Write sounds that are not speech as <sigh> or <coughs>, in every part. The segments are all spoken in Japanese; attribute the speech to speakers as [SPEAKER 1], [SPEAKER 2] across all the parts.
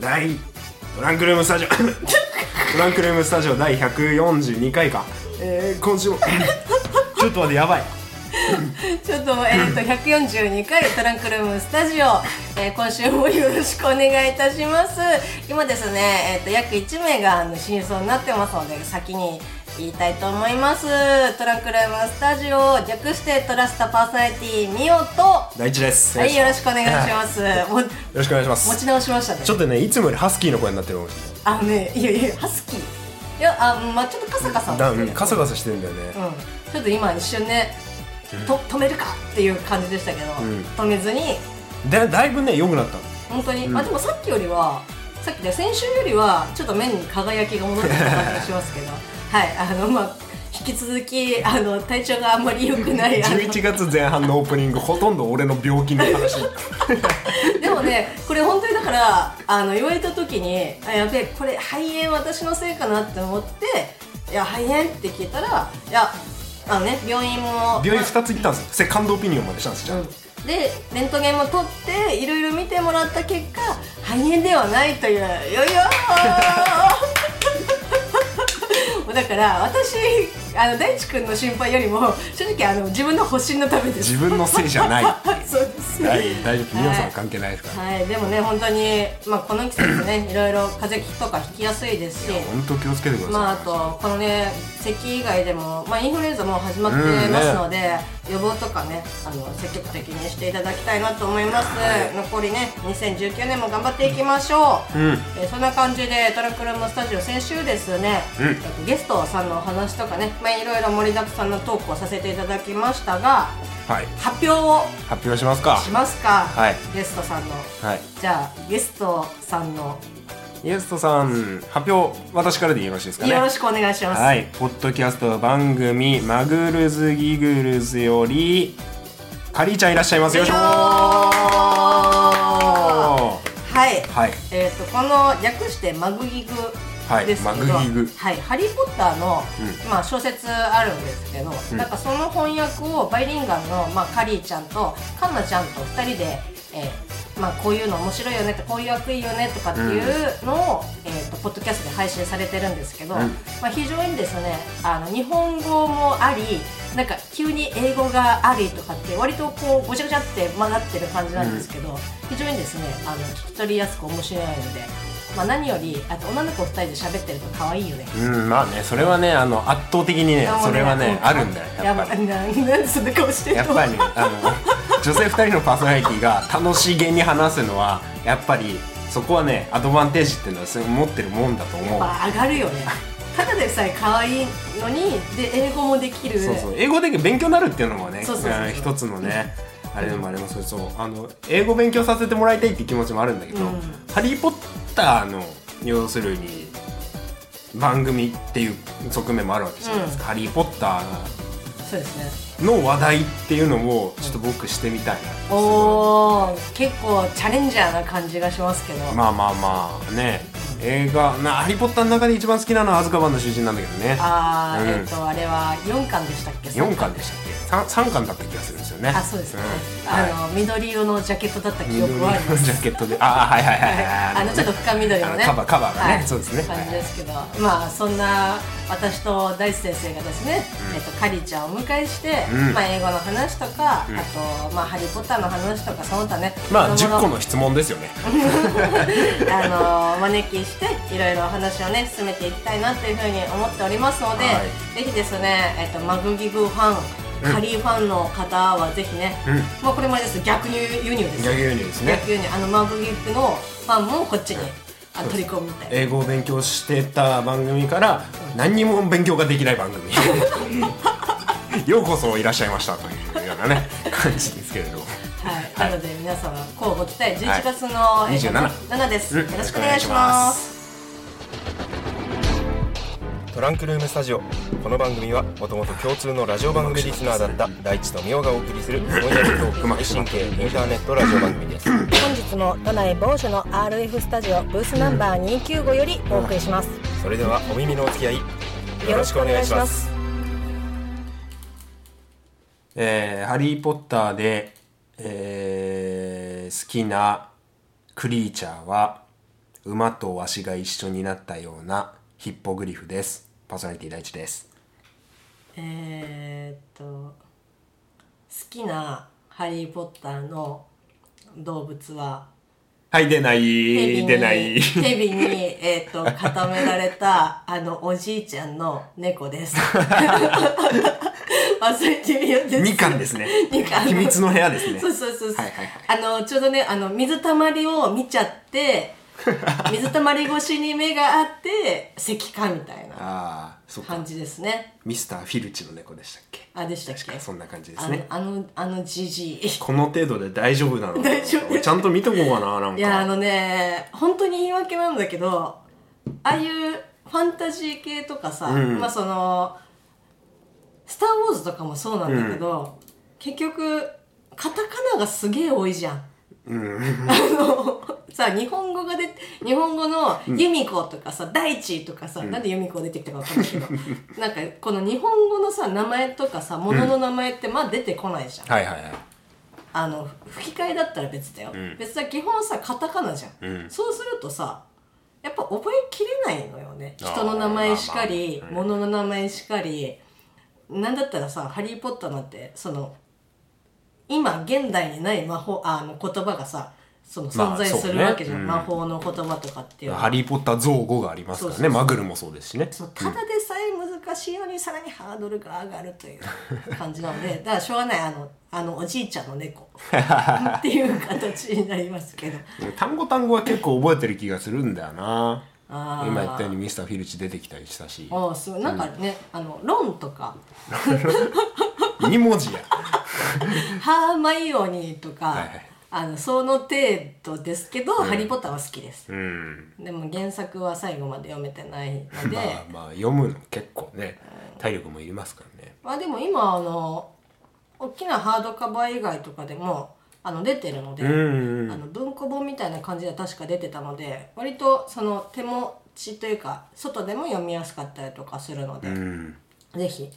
[SPEAKER 1] 第トランクルームス
[SPEAKER 2] <laughs>
[SPEAKER 1] タジオトランクルームスタジオ第142回かえー、今
[SPEAKER 2] <laughs>
[SPEAKER 1] 週もちょっと待ってやばい
[SPEAKER 2] ちょっと、えっ、と、142回トランクルームスタジオ、えー今週もよろしくお願いいたします。今ですね、えっ、と、約1名があの真相になってますので、先に言いたいと思います。トランクルームスタジオ、略してトラスタパーソナリティ、ミオと、は
[SPEAKER 1] 第一です
[SPEAKER 2] い、よろしくお願いします。もう
[SPEAKER 1] よろしくお願いしま
[SPEAKER 2] 持
[SPEAKER 1] す
[SPEAKER 2] ち直しましたね。
[SPEAKER 1] ちょっとねいつもよりハスキーの声になってるかもし
[SPEAKER 2] あのね、いやいや、ハスキー。いや、あ、まあちょっとカサカサ
[SPEAKER 1] れな
[SPEAKER 2] は
[SPEAKER 1] いだ
[SPEAKER 2] してる
[SPEAKER 1] うんカサカサしてんだよね
[SPEAKER 2] うん、ちょっと今一瞬ね、と止めるかっていう感じでしたけど、
[SPEAKER 1] ん
[SPEAKER 2] 止めずに
[SPEAKER 1] だだいぶね良くなったの
[SPEAKER 2] 本当に、あでもさっきよりはさっきね先週よりはちょっと目に輝きが戻ってきた感じがします
[SPEAKER 1] <laughs>
[SPEAKER 2] けどはいあのまあ引き続きあの体調があんまり良
[SPEAKER 1] <laughs>
[SPEAKER 2] くないあの
[SPEAKER 1] 11月前半のオープニングほとんど俺の病気の話
[SPEAKER 2] でもねこれ本当にだからあの言われた時に「あやべえこれ肺炎私のせいかな」って思って「いや肺炎」って聞いたら「いやあのね病院も
[SPEAKER 1] 病院2つ行ったんですよセカンドオピニオンまでしたんですじゃあ
[SPEAKER 2] でレントゲンも取っていろいろ見てもらった結果肺炎ではないというよいよー <laughs> もうだから私あの大地君の心配よりも正直あの自分の保身のためです
[SPEAKER 1] 自分のせいじゃ
[SPEAKER 2] <laughs>
[SPEAKER 1] ないは
[SPEAKER 2] はいそうです
[SPEAKER 1] い大丈夫ミオさんは関係ないですから
[SPEAKER 2] はいでもね本当にまあこの季節ねいろいろ風邪とかひきやすいですし
[SPEAKER 1] 本当気をつけてください
[SPEAKER 2] まあ、あとこのね咳以外でも、まあ、インフルエンザも始まってますので、予防とかねあの積極的にしていただきたいなと思います、残りね2019年も頑張っていきましょう、
[SPEAKER 1] うん
[SPEAKER 2] えーそんな感じでトランクルームスタジオ先週ですね、
[SPEAKER 1] うん
[SPEAKER 2] えっとゲストさんのお話とかね、まあ、いろいろ盛りだくさんのトークをさせていただきましたが
[SPEAKER 1] はい
[SPEAKER 2] 発表を
[SPEAKER 1] 発表しますか
[SPEAKER 2] しますか、
[SPEAKER 1] はい
[SPEAKER 2] ゲストさんの
[SPEAKER 1] はい
[SPEAKER 2] じゃあゲストさんの
[SPEAKER 1] ゲストさん発表私からでよろしいですかね
[SPEAKER 2] よろしくお願いします、
[SPEAKER 1] はいポッドキャスト番組マグルズギグルズよりカリーちゃんいらっしゃいますよいしょは
[SPEAKER 2] はい
[SPEAKER 1] い
[SPEAKER 2] えー、とこの略してマグギグ
[SPEAKER 1] はい
[SPEAKER 2] ですけど、
[SPEAKER 1] マグギグ
[SPEAKER 2] はいハリー・ポッターの、
[SPEAKER 1] う
[SPEAKER 2] まあ、小説あるんですけど、なんかその翻訳をバイリンガンの、まあ、カリーちゃんとカンナちゃんと2人で、えーまあ、こういうの面白いよねとこういう役いいよねとかっていうのを、えー、とポッドキャストで配信されてるんですけど、
[SPEAKER 1] うん
[SPEAKER 2] まあ、非常にですねあの日本語もありなんか急に英語がありとかって割とこうごちゃごちゃって混ざってる感じなんですけど、非常にですねあの聞き取りやすく面白いので、まあ、何よりあと女の子2人で喋ってると可愛いよね。
[SPEAKER 1] うんまあねそれはねあの圧倒的にね
[SPEAKER 2] あもう
[SPEAKER 1] それはね
[SPEAKER 2] うん
[SPEAKER 1] あるんだよやっぱり
[SPEAKER 2] いやななんでそんな顔してる
[SPEAKER 1] やっ
[SPEAKER 2] の
[SPEAKER 1] ぱりあの女性2人のパーソナリティが楽しげに話すのはやっぱりそこはねアドバンテージっていうのはすごい持ってるもんだと思う
[SPEAKER 2] まあ上がるよねただでさえ可愛いのにで英語もできる
[SPEAKER 1] そうそう英語で勉強になるっていうのもね
[SPEAKER 2] そうそうそうん
[SPEAKER 1] 一つのねあれでもありますそうそうあの英語勉強させてもらいたいって気持ちもあるんだけど「
[SPEAKER 2] うん
[SPEAKER 1] ハリー・ポッター」の要するに番組っていう側面もあるわけじゃないですか「ハリー・ポッタ
[SPEAKER 2] そうです
[SPEAKER 1] ー」
[SPEAKER 2] ね
[SPEAKER 1] の話題っていうのをちょっと僕してみたいなってすごい
[SPEAKER 2] おー結構チャレンジャーな感じがしますけど、
[SPEAKER 1] まあまあまあね映画な「ハリー・ポッター」の中で一番好きなのはアズカバンの囚人なんだけどね
[SPEAKER 2] あー、
[SPEAKER 1] うん
[SPEAKER 2] えっ、とあれは4巻でしたっけ
[SPEAKER 1] 4巻でしたっけ 3, 三巻だった気がするんですよね
[SPEAKER 2] あそうですね、
[SPEAKER 1] うん
[SPEAKER 2] あ
[SPEAKER 1] はい
[SPEAKER 2] の、緑色のジャケットだった記
[SPEAKER 1] 緑
[SPEAKER 2] 憶
[SPEAKER 1] 色
[SPEAKER 2] は
[SPEAKER 1] の
[SPEAKER 2] あります
[SPEAKER 1] ジャケットで、ああはいはいはいはい、
[SPEAKER 2] あのちょっと深緑のね
[SPEAKER 1] あのカバーカバーがね
[SPEAKER 2] はい
[SPEAKER 1] そうですね
[SPEAKER 2] 感じですけど、まあそんな私と大地先生がですね、えっとカリちゃんをお迎えして、
[SPEAKER 1] うん
[SPEAKER 2] まあ英語の話とか、
[SPEAKER 1] ん
[SPEAKER 2] あとまあハリーポッターの話とかその他ね、
[SPEAKER 1] まあ
[SPEAKER 2] 子供
[SPEAKER 1] 10個の質問ですよね。
[SPEAKER 2] <laughs> あのお招きしていろいろお話をね進めていきたいなというふうに思っておりますので、
[SPEAKER 1] は
[SPEAKER 2] ぜひですね、えっとマグギグファン、
[SPEAKER 1] うん
[SPEAKER 2] カリーファンの方はぜひね、
[SPEAKER 1] う
[SPEAKER 2] まあこれもあれです逆に輸入です
[SPEAKER 1] 逆輸入ですね
[SPEAKER 2] 逆。輸入あのマグギグのファンもこっちに、あ取り込むみたいな。
[SPEAKER 1] 英語を勉強してた番組から何にも勉強ができない番
[SPEAKER 2] <laughs>
[SPEAKER 1] 組。ようこそいらっしゃいましたというようなね感じですけれども。
[SPEAKER 2] はい、なので皆様交互期待
[SPEAKER 1] はい
[SPEAKER 2] 11月のえー
[SPEAKER 1] 27
[SPEAKER 2] 7です、
[SPEAKER 1] うん
[SPEAKER 2] よろしくお願いします
[SPEAKER 3] トランクルームスタジオこの番組はもともと共通のラジオ番組リスナーだった大地とみおがお送りする「ロイヤルトーク」配信系インターネットラジオ番組です
[SPEAKER 2] 本日も都内某所の RF スタジオブースナンバー295よりお送りします、
[SPEAKER 3] それではお耳のお付き合いよろしくお願いします
[SPEAKER 1] えーハリー・ポッターで、えー好きなクリーチャーは馬とわしが一緒になったようなヒッポグリフですパーソナリティ第一です
[SPEAKER 2] えー、っと好きな「ハリー・ポッター」の動物は
[SPEAKER 1] はい出ない
[SPEAKER 2] ヘビに
[SPEAKER 1] 出ない
[SPEAKER 2] <laughs> ヘビに、
[SPEAKER 1] <laughs>
[SPEAKER 2] えー、っと固められたあのおじいちゃんの猫です
[SPEAKER 1] <laughs>
[SPEAKER 2] 忘れてみようです
[SPEAKER 1] 2巻ですね
[SPEAKER 2] 二巻
[SPEAKER 1] 秘密の部屋ですね
[SPEAKER 2] そうそうそうそう、
[SPEAKER 1] はいはい
[SPEAKER 2] あのちょうどねあの水たまりを見ちゃって
[SPEAKER 1] <laughs>
[SPEAKER 2] 水たまり越しに目があって石化みたいな
[SPEAKER 1] ああそっか
[SPEAKER 2] 感じですね
[SPEAKER 1] ミスターフィルチの猫でしたっけ
[SPEAKER 2] あでしたっけ
[SPEAKER 1] 確かそんな感じで
[SPEAKER 2] あ
[SPEAKER 1] す
[SPEAKER 2] の
[SPEAKER 1] ね
[SPEAKER 2] あのあのじじい
[SPEAKER 1] この程度で大丈夫なのかな
[SPEAKER 2] 大丈夫
[SPEAKER 1] 俺ちゃんと見とこうかななんか
[SPEAKER 2] いやあのね本当に言い訳なんだけどああいうファンタジー系とかさ、
[SPEAKER 1] うん
[SPEAKER 2] まあその「スター・ウォーズ」とかもそうなんだけど、結局カタカナがすげえ多いじゃん。 <laughs> あのさ日本語がで日本語の「由美子」とかさ「大地」とかさ、なんで由美子出てきたかわかんないけどなんかこの日本語のさ名前とかさ物の名前ってまあ出てこないじゃん、
[SPEAKER 1] はいはいはい
[SPEAKER 2] あの吹き替えだったら別だよ、
[SPEAKER 1] ん
[SPEAKER 2] 別だ基本さカタカナじゃん、
[SPEAKER 1] うん
[SPEAKER 2] そうするとさやっぱ覚えきれないのよね
[SPEAKER 1] あー
[SPEAKER 2] 人の名前しかり、
[SPEAKER 1] まあまあ
[SPEAKER 2] 物の名前しかりなんだったらさ「ハリー・ポッター」なんてその今現代にない魔法あの言葉がさその
[SPEAKER 1] まあ
[SPEAKER 2] 存在す
[SPEAKER 1] そう
[SPEAKER 2] る
[SPEAKER 1] ね
[SPEAKER 2] わけじゃ
[SPEAKER 1] う
[SPEAKER 2] ん、
[SPEAKER 1] ん
[SPEAKER 2] 魔法の言葉とかっていうのは
[SPEAKER 1] ハリー・ポッター造語がありますからね
[SPEAKER 2] そうそうそう
[SPEAKER 1] マグルもそうですしね
[SPEAKER 2] そうただでさえ難しいのにさらにハードルが上がるという感じなので
[SPEAKER 1] <laughs>
[SPEAKER 2] だからしょうがないあのあのおじいちゃんの猫っていう形になりますけど
[SPEAKER 1] 単語単語は結構覚えてる気がするんだよな
[SPEAKER 2] あー
[SPEAKER 1] 今言ったようにミスターフィルチ出てきたりしたし
[SPEAKER 2] ああすごいなんかね、あのロンとか
[SPEAKER 1] 2文
[SPEAKER 2] <laughs>
[SPEAKER 1] 字や
[SPEAKER 2] ハーマイオニーとか、
[SPEAKER 1] はいはい
[SPEAKER 2] あのその程度ですけど、ハリー・ポッターは好きで
[SPEAKER 1] う
[SPEAKER 2] す、
[SPEAKER 1] ん
[SPEAKER 2] でも原作は最後まで読めてないので、
[SPEAKER 1] まあまあ読むの結構ね体力もいりますからね
[SPEAKER 2] まあでも今あの大きなハードカバー以外とかでもあの出てるので、
[SPEAKER 1] うんうんう
[SPEAKER 2] あ
[SPEAKER 1] ん
[SPEAKER 2] の文庫本みたいな感じで確か出てたので割とその手持ちというか外でも読みやすかったりとかするので、
[SPEAKER 1] うん
[SPEAKER 2] ぜひ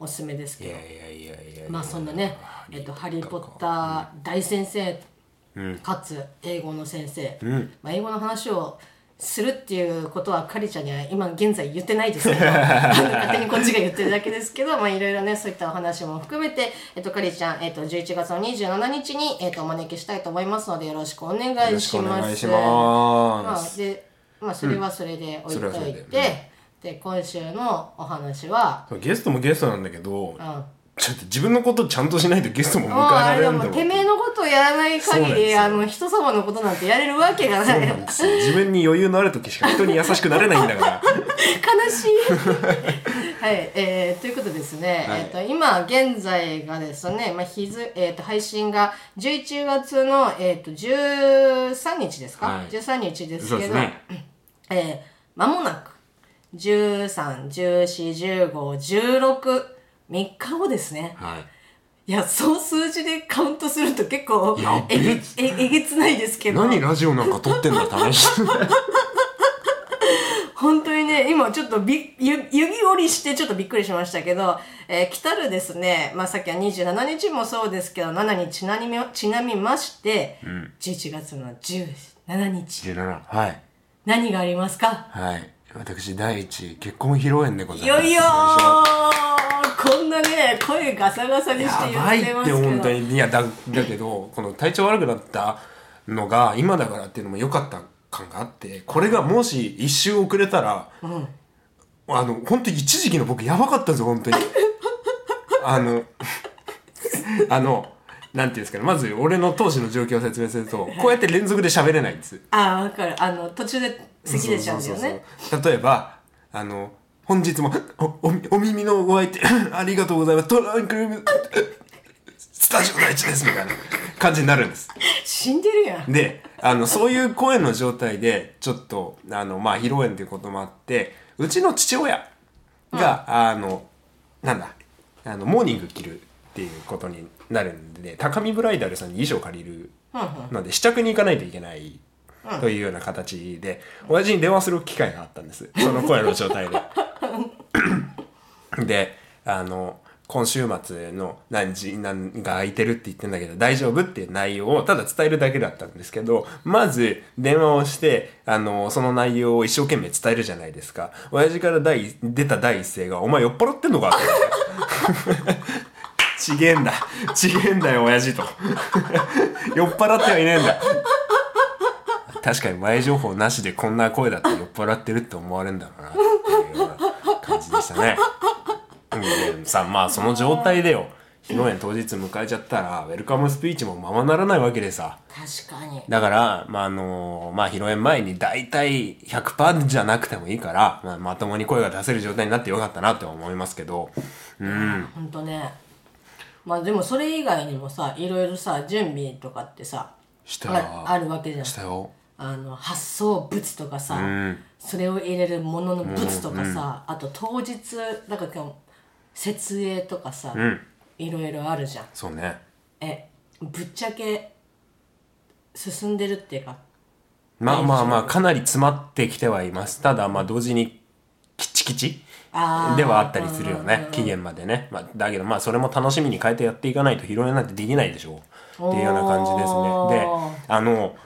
[SPEAKER 2] おすすめです
[SPEAKER 1] い
[SPEAKER 2] け
[SPEAKER 1] や
[SPEAKER 2] ど
[SPEAKER 1] いやいやいやいや
[SPEAKER 2] まあそんなね「えっと、ハリー・ポッター」大先生、かつ英語の先生、まあ、英語の話をするっていうことはカリちゃんには今現在言ってないですけ
[SPEAKER 1] <laughs>
[SPEAKER 2] どあの勝手にこっちが言ってるだけですけどまあいろいろねそういったお話も含めて、えっと、カリちゃん、えっと、11月の27日に、えっと、お招きしたいと思いますのでよろしくお願いします。
[SPEAKER 1] よろしくお願いします
[SPEAKER 2] まあ、でまあそれはそれで置いとい
[SPEAKER 1] それはそれ
[SPEAKER 2] て、
[SPEAKER 1] で
[SPEAKER 2] で今週のお話は。
[SPEAKER 1] ゲストもゲストなんだけど
[SPEAKER 2] うん
[SPEAKER 1] ちょっと自分のことちゃんとしないとゲストも
[SPEAKER 2] もう
[SPEAKER 1] 迎え
[SPEAKER 2] あ
[SPEAKER 1] られ
[SPEAKER 2] れ
[SPEAKER 1] る
[SPEAKER 2] だ
[SPEAKER 1] んだ
[SPEAKER 2] も
[SPEAKER 1] ろ
[SPEAKER 2] ん
[SPEAKER 1] う
[SPEAKER 2] てめえのことをやらない
[SPEAKER 1] そうなん
[SPEAKER 2] 限
[SPEAKER 1] です
[SPEAKER 2] り
[SPEAKER 1] よ
[SPEAKER 2] あの人様のことなんてやれるわけがな
[SPEAKER 1] そう
[SPEAKER 2] い
[SPEAKER 1] なんですよ自分に余裕のある時しか人に優しくなれないんだ
[SPEAKER 2] <laughs>
[SPEAKER 1] から
[SPEAKER 2] 悲しい
[SPEAKER 1] <laughs>
[SPEAKER 2] はい、えーということですね、
[SPEAKER 1] はい
[SPEAKER 2] えー、と今現在がですね、まあ日付えー、と配信が11月の、えー、と13日ですか、
[SPEAKER 1] はい
[SPEAKER 2] 13日です
[SPEAKER 1] そう
[SPEAKER 2] け
[SPEAKER 1] です
[SPEAKER 2] ど
[SPEAKER 1] ね
[SPEAKER 2] えー、間もなく13141516 3日後ですね
[SPEAKER 1] はい
[SPEAKER 2] いやその数字でカウントすると結構
[SPEAKER 1] やべ
[SPEAKER 2] えげ
[SPEAKER 1] え
[SPEAKER 2] ええげつないですけど
[SPEAKER 1] 何ラジオなんか撮ってんだ試して
[SPEAKER 2] <laughs> 本当にね、今ちょっとび、ゆ、指折りしてちょっとびっくりしましたけど、えー来たるですね、まあさっきは27日もそうですけど、7にちなみ、ちなみまして、11月の17日、
[SPEAKER 1] 17はい
[SPEAKER 2] 何がありますか
[SPEAKER 1] はい私第一結婚披露宴でござい
[SPEAKER 2] い
[SPEAKER 1] ま
[SPEAKER 2] よ
[SPEAKER 1] す
[SPEAKER 2] いよーこんなね、声ガサガサにして
[SPEAKER 1] や
[SPEAKER 2] 言
[SPEAKER 1] ばい
[SPEAKER 2] っ
[SPEAKER 1] って
[SPEAKER 2] てますけど。
[SPEAKER 1] 本当にいやだだけどこの体調悪くなったのが今だからっていうのも良かった感があってこれがもし一周遅れたら、あの本当に一時期の僕やばかったぞ本
[SPEAKER 2] <laughs>
[SPEAKER 1] 当にあのあのなんていうんですかねまず俺の当時の状況を説明するとこうやって連続で喋れないんです
[SPEAKER 2] あー、わかる。あの、途中で席出ちゃうんだよ
[SPEAKER 1] そうそう
[SPEAKER 2] ね。
[SPEAKER 1] そうそう例えばあの本日もおおお耳のお相手 <laughs> ありがとうございますトランクルームスタジオ第一ですみたいな感じになるんです
[SPEAKER 2] 死んでるやん。
[SPEAKER 1] <laughs> であのそういう声の状態でちょっとあのまあ披露宴ということもあってうちの父親が、あのなんだあのモーニング着るっていうことになるんで、高見ブライダルさんに衣装借りるので試着に行かないといけないというような形で親父に電話する機会があったんですその声の状態で。であの今週末の何時何が空いてるって言ってんだけど大丈夫っていう内容をただ伝えるだけだったんですけどまず電話をしてあのその内容を一生懸命伝えるじゃないですか親父から第出た第一声が「お前酔っ払ってんのか?」って言われて <laughs> ちげえんだちげえんだよ親父と <laughs> 酔っ払ってはいねえんだ確かに前情報なしでこんな声だって酔っ払ってるって思われるんだろうなっていうような感じでしたね。うん、さまあその状態でよ日の園当日迎えちゃったらウェルカムスピーチもままならないわけでさ
[SPEAKER 2] 確かに
[SPEAKER 1] だから、まあ、あのまあ、披露宴前に大体100%じゃなくてもいいから、まあ、まともに声が出せる状態になってよかったなって思いますけど、うん、
[SPEAKER 2] ほんとねまあでもそれ以外にもさいろいろさ準備とかってさ
[SPEAKER 1] した
[SPEAKER 2] あ
[SPEAKER 1] よ。
[SPEAKER 2] あるわけじゃん
[SPEAKER 1] したよ。
[SPEAKER 2] あの発送物とかさ、
[SPEAKER 1] ん
[SPEAKER 2] それを入れるものの物とかさ、あと当日なんか今日設営とかさ、
[SPEAKER 1] ん
[SPEAKER 2] いろいろあるじゃん
[SPEAKER 1] そうね。
[SPEAKER 2] えぶっちゃけ進んでるっていうか
[SPEAKER 1] まあまあまあ、
[SPEAKER 2] 大丈夫
[SPEAKER 1] かなり詰まってきてはいます。ただ、まあ、同時に、キチキチ
[SPEAKER 2] あー
[SPEAKER 1] ではあったりするよ
[SPEAKER 2] うんうん
[SPEAKER 1] ね
[SPEAKER 2] う。ん
[SPEAKER 1] 期限までね。まあ、だけど、まあ、それも楽しみに変えてやっていかないと、披露宴なんてできないでしょう。っていうような感じです
[SPEAKER 2] おー
[SPEAKER 1] ね。で、あの、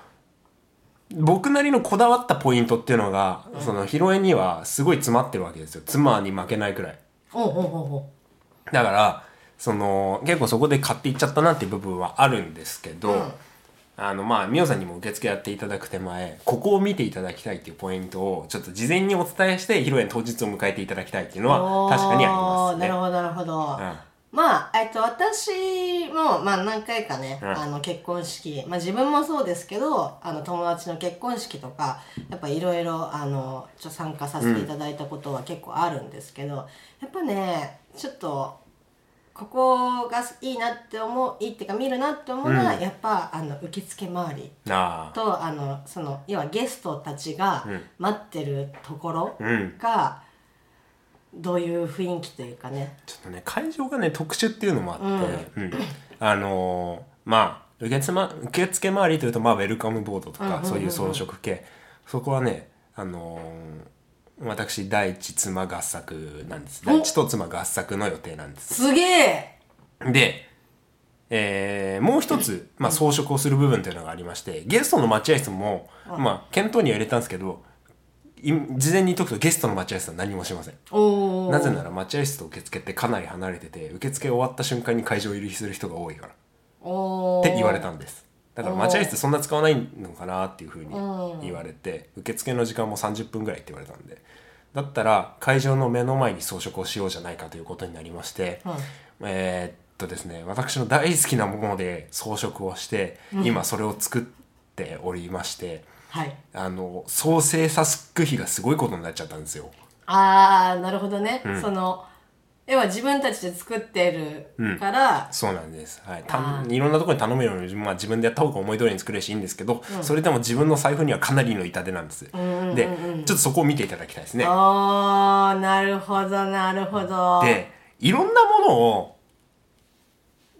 [SPEAKER 1] 僕なりのこだわったポイントっていうのが、その、披露宴にはすごい詰まってるわけですよ。妻に負けないくらい。
[SPEAKER 2] おうおうおうおう
[SPEAKER 1] だから、その、結構そこで買っていっちゃったなっていう部分はあるんですけど、あの、まあ、みおさんにも受付やっていただく手前、ここを見ていただきたいっていうポイントを、ちょっと事前にお伝えして、披露宴当日を迎えていただきたいっていうのは、確かにあります
[SPEAKER 2] おーなる
[SPEAKER 1] ね。
[SPEAKER 2] ほどなるほど、
[SPEAKER 1] ん
[SPEAKER 2] まあ、えっと、私も、まあ、何回かね、
[SPEAKER 1] うん
[SPEAKER 2] あの結婚式、まあ、自分もそうですけどあの友達の結婚式とかやっぱいろいろあのちょ参加させていただいたことは結構あるんですけど、やっぱねちょっとここがいいなって思ういいっていうか見るなって思うのは、やっぱあの受付周り
[SPEAKER 1] ああ。
[SPEAKER 2] とあのその要はゲストたちが待ってるところ
[SPEAKER 1] うん
[SPEAKER 2] が、どういう雰囲気というかね
[SPEAKER 1] ちょっとね、会場がね、特殊っていうのもあって、うんあのーまあ、受付,、ま、受付周りというと、まあ、ウェルカムボードとか、そういう装飾系。そこはね、あのー私、第一妻合作なんです。第一と妻合作の予定なんです。
[SPEAKER 2] すげえ
[SPEAKER 1] で、えーもう一つ、まあ、装飾をする部分というのがありまして、ゲストの待合室も、まあ、検討には入れたんですけど、い事前に解くとゲストの待合室は何もしません。
[SPEAKER 2] おー
[SPEAKER 1] なぜなら待合室と受付ってかなり離れてて、受付終わった瞬間に会場入りする人が多いから、っ
[SPEAKER 2] おー
[SPEAKER 1] て言われたんです。だから待合室そんな使わないのかなっていうふうに言われて、受付の時間も30分ぐらいって言われたんで、だったら会場の目の前に装飾をしようじゃないかということになりまして、えーっとですね、私の大好きなもので装飾をして、今それを作っておりまして、
[SPEAKER 2] はい
[SPEAKER 1] あの、総生作費がすごいことになっちゃったんですよ。
[SPEAKER 2] ああなるほどね、その要は自分たちで作ってるから、
[SPEAKER 1] そうなんです。はい。
[SPEAKER 2] あ
[SPEAKER 1] たいろんなところに頼むよりも、まあ、自分でやった方が思い通りに作れるしいいんですけど、それでも自分の財布にはかなりの痛手なんです。で、ちょっとそこを見ていただきたいですね。
[SPEAKER 2] ああなるほどなるほど
[SPEAKER 1] で、いろんなものを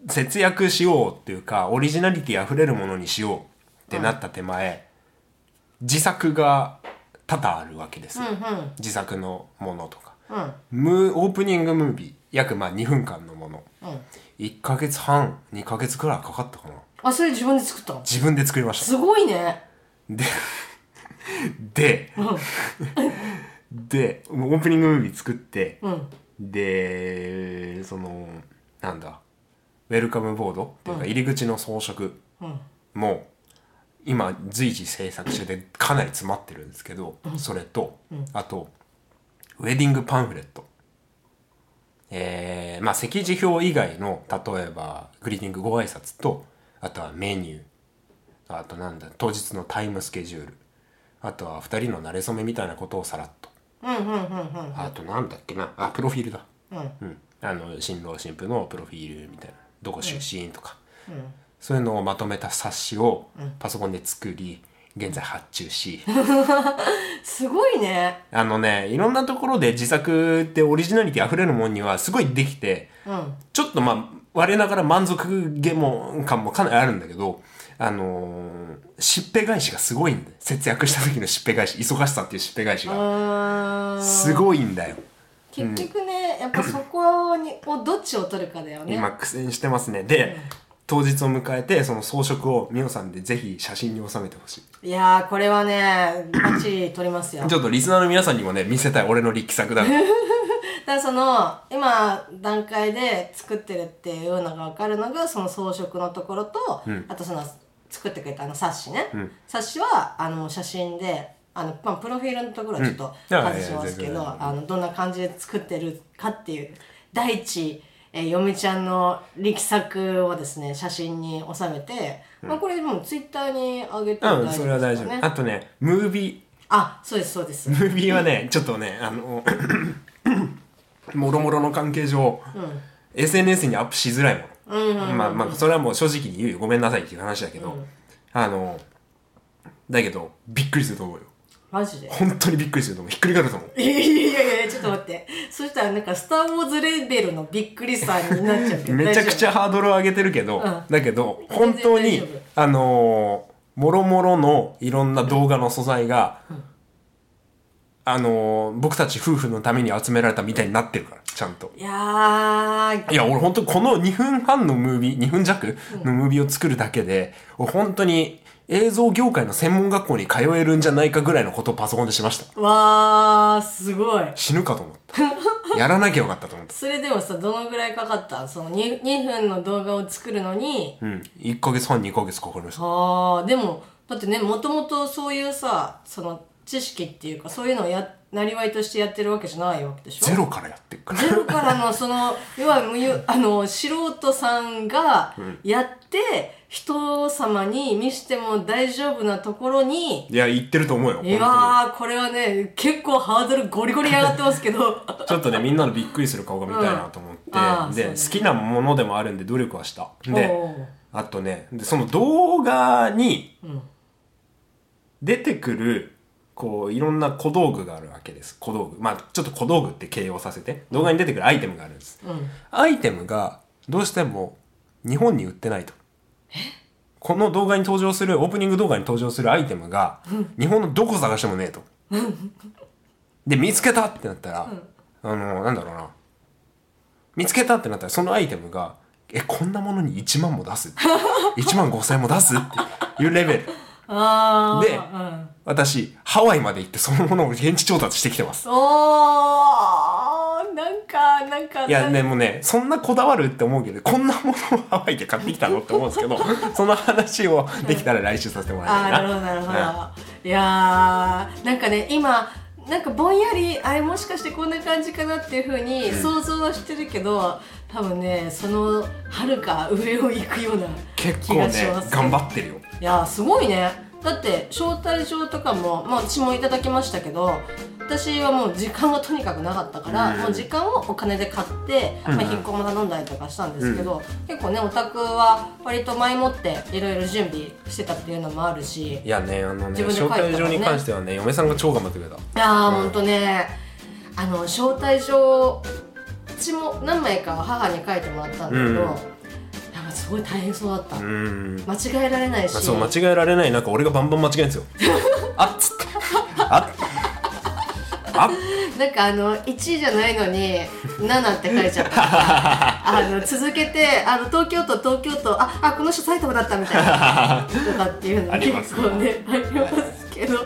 [SPEAKER 1] 節約しようっていうか、オリジナリティ溢れるものにしようってなった手前、自作が多々あるわけですよ。自作のものとか。ムーオープニングムービー、約まあ2分間のもの。1ヶ月半、2ヶ月くらいかかったかな。
[SPEAKER 2] あそれ自分で作ったの
[SPEAKER 1] 自分で作りました。
[SPEAKER 2] すごいね
[SPEAKER 1] で、で、で、オープニングムービー作って、
[SPEAKER 2] ん
[SPEAKER 1] で、その、なんだ、ウェルカムボードっていうか入り口の装飾も、今随時制作中でかなり詰まってるんですけど、それと、あと、ウェディングパンフレット。えー、まあ、席次表以外の、例えば、グリーティングご挨拶と、あとはメニュー。あとなんだ当日のタイムスケジュールあとは2人の馴れ初めみたいなことをさらっとあとなんだっけなあプロフィールだうん、あの新郎新婦のプロフィールみたいなどこ出身とか、そういうのをまとめた冊子をパソコンで作り現在発注し、
[SPEAKER 2] すごいね
[SPEAKER 1] あのねいろんなところで自作ってオリジナリティ溢れるもんにはすごいできて、ちょっとまあ我ながら満足げも感もかなりあるんだけどあのーしっぺ返しがすごいんで節約した時のしっぺ返し忙しさっていうしっぺ返し
[SPEAKER 2] う
[SPEAKER 1] が
[SPEAKER 2] ーん
[SPEAKER 1] すごいんだよ。
[SPEAKER 2] 結局ね、やっぱそこにをどっちを取るかだよね。
[SPEAKER 1] 今苦戦してますねで、当日を迎えてその装飾を美桜さんでぜひ写真に収めてほしい
[SPEAKER 2] いやーこれはねバッチリ取りますよ。
[SPEAKER 1] ちょっとリスナーの皆さんにもね見せたい俺の力作だから
[SPEAKER 2] ただその今段階で作ってるっていうのが分かるのがその装飾のところと、あとその作ってくれたあの冊子ね、冊子はあの写真であの、まあ、プロフィールのところはちょっと
[SPEAKER 1] うん
[SPEAKER 2] 外しますけ
[SPEAKER 1] いやいや全然全
[SPEAKER 2] ど、
[SPEAKER 1] 然
[SPEAKER 2] あのどんな感じで作ってるかっていう第一えー、嫁ちゃんの力作をですね写真に収めて、まあ、これもうツイッターに上げても
[SPEAKER 1] うんそれは大丈
[SPEAKER 2] か
[SPEAKER 1] 夫あとねムービー
[SPEAKER 2] あそうですそうです
[SPEAKER 1] ムービーはねちょっとねあの <coughs> もろもろの関係上、SNS にアップしづらいもの、まあまあそれはもう正直に言うよごめんなさいっていう話だけど、あのだけどびっくりすると思うよ
[SPEAKER 2] マジで
[SPEAKER 1] 本当にびっくりすると思うひっくり返ると思う
[SPEAKER 2] いやいやいや、ちょっと待って。そしたらなんか、スター・ウォーズレベルのびっくりさになっちゃうけど。
[SPEAKER 1] めちゃくち
[SPEAKER 2] ゃ。
[SPEAKER 1] ゃハードルを上げてるけど、
[SPEAKER 2] ん
[SPEAKER 1] だけど本当
[SPEAKER 2] 全然大
[SPEAKER 1] に
[SPEAKER 2] 丈夫
[SPEAKER 1] あのーもろもろのいろんな動画の素材が、あのー僕たち夫婦のために集められたみたいになってるからちゃんと
[SPEAKER 2] いやー、
[SPEAKER 1] いや、俺本当この2分半のムービー、2分弱のムービーを作るだけで、俺本当に映像業界の専門学校に通えるんじゃないかぐらいのことをパソコンでしました。
[SPEAKER 2] わー、すごい。
[SPEAKER 1] 死ぬかと思
[SPEAKER 2] <laughs>
[SPEAKER 1] った。やらなきゃよかったと思った。
[SPEAKER 2] それでもさ、どのぐらいかかったその 2, 2分の動画を作るのに。
[SPEAKER 1] うん。1ヶ月半、2ヶ月かかりました。
[SPEAKER 2] あー、でも、だってね、もともとそういうさ、その知識っていうか、そういうのをや、なりわいとしてやってるわけじゃないわけでしょ
[SPEAKER 1] ゼロからやってるから。
[SPEAKER 2] ゼロからのその要は無ゆあの素人さんがやって、人様に見しても大丈夫なところに
[SPEAKER 1] いや、言ってると思うよ。
[SPEAKER 2] い
[SPEAKER 1] 本
[SPEAKER 2] やーこれはね結構ハードルゴリゴリ上がってますけど
[SPEAKER 1] 当にちょっとね、みんなのびっくりする顔が見たいなと思って、
[SPEAKER 2] うんあー
[SPEAKER 1] で、
[SPEAKER 2] そうね
[SPEAKER 1] 好きなものでもあるんで努力はした。
[SPEAKER 2] お
[SPEAKER 1] で、
[SPEAKER 2] う
[SPEAKER 1] あとね、でその動画に出てくる、こう、いろんな小道具があるわけです。小道具。まあ、ちょっと小道具って形容させて、動画に出てくるアイテムがあるんです。アイテムが、どうしても、日本に売ってないと。この動画に登場する、オープニング動画に登場するアイテムが、日本のどこ探してもねえと。で、見つけたってなったら、あの、なんだろうな。見つけたってなったら、そのアイテムが、え、こんなものに1万も出す
[SPEAKER 2] <laughs>
[SPEAKER 1] ?1 万5千も出すっていうレベル。
[SPEAKER 2] あー
[SPEAKER 1] で
[SPEAKER 2] うん、
[SPEAKER 1] 私、ハワイまで行ってそのものを現地調達してきてます。
[SPEAKER 2] おーなんかなんか
[SPEAKER 1] いや
[SPEAKER 2] なん
[SPEAKER 1] ね、もうね、そんなこだわるって思うけど、こんなものをハワイで買ってきたのって思うんですけ
[SPEAKER 2] <laughs>
[SPEAKER 1] ど、その話をできたら来週させてもらい
[SPEAKER 2] あ
[SPEAKER 1] た
[SPEAKER 2] あ
[SPEAKER 1] い
[SPEAKER 2] な
[SPEAKER 1] な。
[SPEAKER 2] るほどなるほ
[SPEAKER 1] うん
[SPEAKER 2] ど、いやーなんかね今なんかぼんやりあれもしかしてこんな感じかなっていうふうに想像はしてるけど、多分ねそのはるか上を行くような
[SPEAKER 1] 結
[SPEAKER 2] 気
[SPEAKER 1] 構
[SPEAKER 2] が
[SPEAKER 1] ね
[SPEAKER 2] します、
[SPEAKER 1] 頑張ってるよ。
[SPEAKER 2] いやーすごいねだって招待状とかも、まあ、私もいただきましたけど私はもう時間がとにかくなかったから、もう時間をお金で買って、まあ、引っ越も頼んだりとかしたんですけど、結構ねお宅は割と前もっていろいろ準備してたっていうのもあるし
[SPEAKER 1] いやね、あのね、
[SPEAKER 2] 自分で
[SPEAKER 1] 招
[SPEAKER 2] 書いたからね
[SPEAKER 1] 待状に関してはね、嫁さんが超頑張ってくれた。
[SPEAKER 2] いやー、ほんとねあの招待状うちも何枚か母に書いてもらったんだけど、
[SPEAKER 1] うん
[SPEAKER 2] やっぱすごい大変そうだった、
[SPEAKER 1] うん。
[SPEAKER 2] 間違えられないし、
[SPEAKER 1] まあ、そう間違えられない中俺がバンバン間違えるんです
[SPEAKER 2] <laughs>
[SPEAKER 1] よあっつったあっあっ
[SPEAKER 2] なんかあの1位じゃないのに7って書い
[SPEAKER 1] <laughs>
[SPEAKER 2] ちゃったからあの続けてあの東京都東京都ああこの人埼玉だったみたいなとかっていう
[SPEAKER 1] <laughs>
[SPEAKER 2] の
[SPEAKER 1] あります
[SPEAKER 2] 結構ねありますけど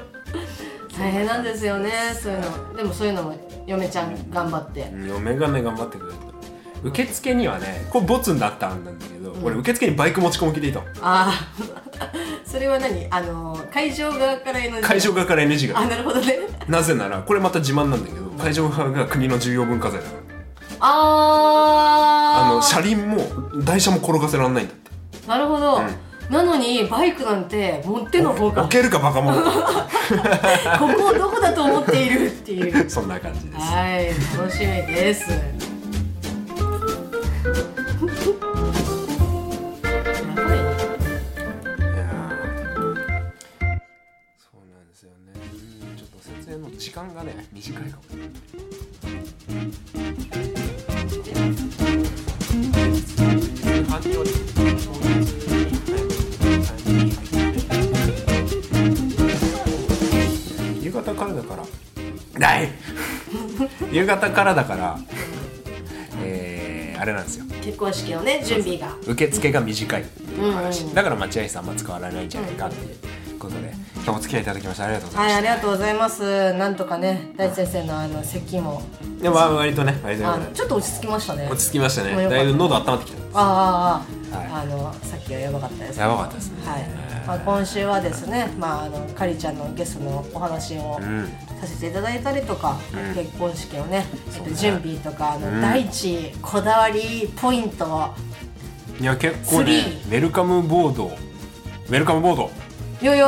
[SPEAKER 2] 大変なんですよねそういうのでもそういうのも嫁ちゃん頑張って
[SPEAKER 1] 嫁がね頑張ってくれた受付にはねこれボツになったんなんだけど、俺受付にバイク持ち込みでいたの
[SPEAKER 2] ああ <laughs> それは何あの会場側から NG
[SPEAKER 1] 会場側から NG
[SPEAKER 2] あ
[SPEAKER 1] が
[SPEAKER 2] なるほどね
[SPEAKER 1] なぜならこれまた自慢なんだけど会場側が国の重要文化財だからあ
[SPEAKER 2] あ
[SPEAKER 1] の車輪も台車も転がせらんないんだって
[SPEAKER 2] あなるほど、なのにバイクなんて持っての方
[SPEAKER 1] 置
[SPEAKER 2] が
[SPEAKER 1] けるかバカ者
[SPEAKER 2] ここをどこだと思っているってい
[SPEAKER 1] <laughs>
[SPEAKER 2] う
[SPEAKER 1] そんな感じです
[SPEAKER 2] はい、楽しみです。や
[SPEAKER 1] いやーそう
[SPEAKER 2] ばいね
[SPEAKER 1] なんですよねちょっと設営の時間がね短いかも夕方からだからない夕方からだからあれなんですよ
[SPEAKER 2] 結婚式のね準備が
[SPEAKER 1] 受付が短いっていう話、
[SPEAKER 2] うん
[SPEAKER 1] だから待合室あんま使われないんじゃないかっていうことで今日もお付き合いいただきましてありがとうございま
[SPEAKER 2] はい
[SPEAKER 1] し
[SPEAKER 2] ありがとうございますなんとかね大地先生のあの咳も
[SPEAKER 1] たでもまあ割とね割とね
[SPEAKER 2] あのちょっと落ち着きましたね
[SPEAKER 1] 落ち着きましたね
[SPEAKER 2] もうよかっ
[SPEAKER 1] だ
[SPEAKER 2] た
[SPEAKER 1] いぶ喉温まってきた
[SPEAKER 2] ああああ、
[SPEAKER 1] は
[SPEAKER 2] あのさっきはやばかったです
[SPEAKER 1] やばかったですね
[SPEAKER 2] はい、まあ、今週はですね、まあ、あのかりちゃんのゲストのお話を
[SPEAKER 1] ん
[SPEAKER 2] させていただいたりとか、結婚式のね、えっ
[SPEAKER 1] う
[SPEAKER 2] と
[SPEAKER 1] ね
[SPEAKER 2] 準備とかあの、第一こだわりポイントを
[SPEAKER 1] いや結構ね
[SPEAKER 2] スリ
[SPEAKER 1] ウェルカムボードウェルカムボード、
[SPEAKER 2] よよ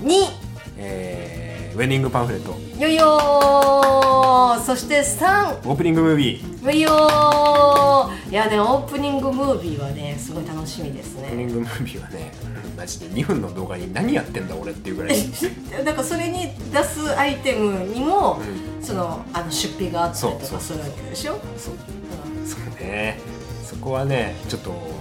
[SPEAKER 2] ーに
[SPEAKER 1] えーウェディングパンフレット
[SPEAKER 2] よよーそして3
[SPEAKER 1] オープニングムービー
[SPEAKER 2] よよーいやねオープニングムービーはねすごい楽しみです
[SPEAKER 1] オープニン
[SPEAKER 2] ね
[SPEAKER 1] グムービーはねうんマジで2分の動画に何やってんだ俺っていうぐらい
[SPEAKER 2] <laughs> なんかそれに出すアイテムにも、そのあの出費があったりと
[SPEAKER 1] そうそう
[SPEAKER 2] かするわけでしょ
[SPEAKER 1] そうそうねそこはねちょっと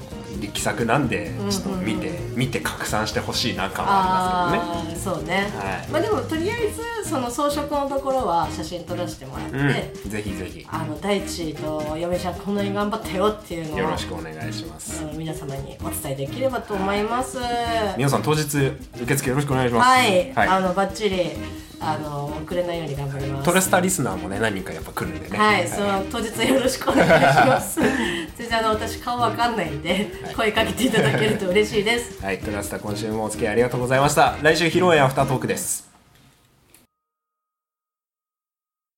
[SPEAKER 1] 力作なんで
[SPEAKER 2] ん
[SPEAKER 1] ちょっと見て、見て拡散してほしいな感はあります
[SPEAKER 2] ああーそうね、
[SPEAKER 1] はい
[SPEAKER 2] まあでもとりあえずその装飾のところは写真撮らせてもらって、
[SPEAKER 1] けどねうんぜひぜひ
[SPEAKER 2] あの大地と嫁ちゃんこんなに頑張ったよっていうのを
[SPEAKER 1] よろしくお願いします
[SPEAKER 2] あの皆様にお伝えできればと思います、
[SPEAKER 1] 皆さん当日受付よろしくお願いします
[SPEAKER 2] はい、
[SPEAKER 1] はい
[SPEAKER 2] あのバッチリあの遅れないように頑張ります。
[SPEAKER 1] トレスタリスナーもね何人かやっぱ来るんでね
[SPEAKER 2] はい、その当日よろしくお願いします。
[SPEAKER 1] <laughs>
[SPEAKER 2] 全然あの私顔わかんないんで、声かけていただけると嬉しいです。
[SPEAKER 1] はい、トラスタ今週もお付き合いありがとうございました来週披露宴アフタートークです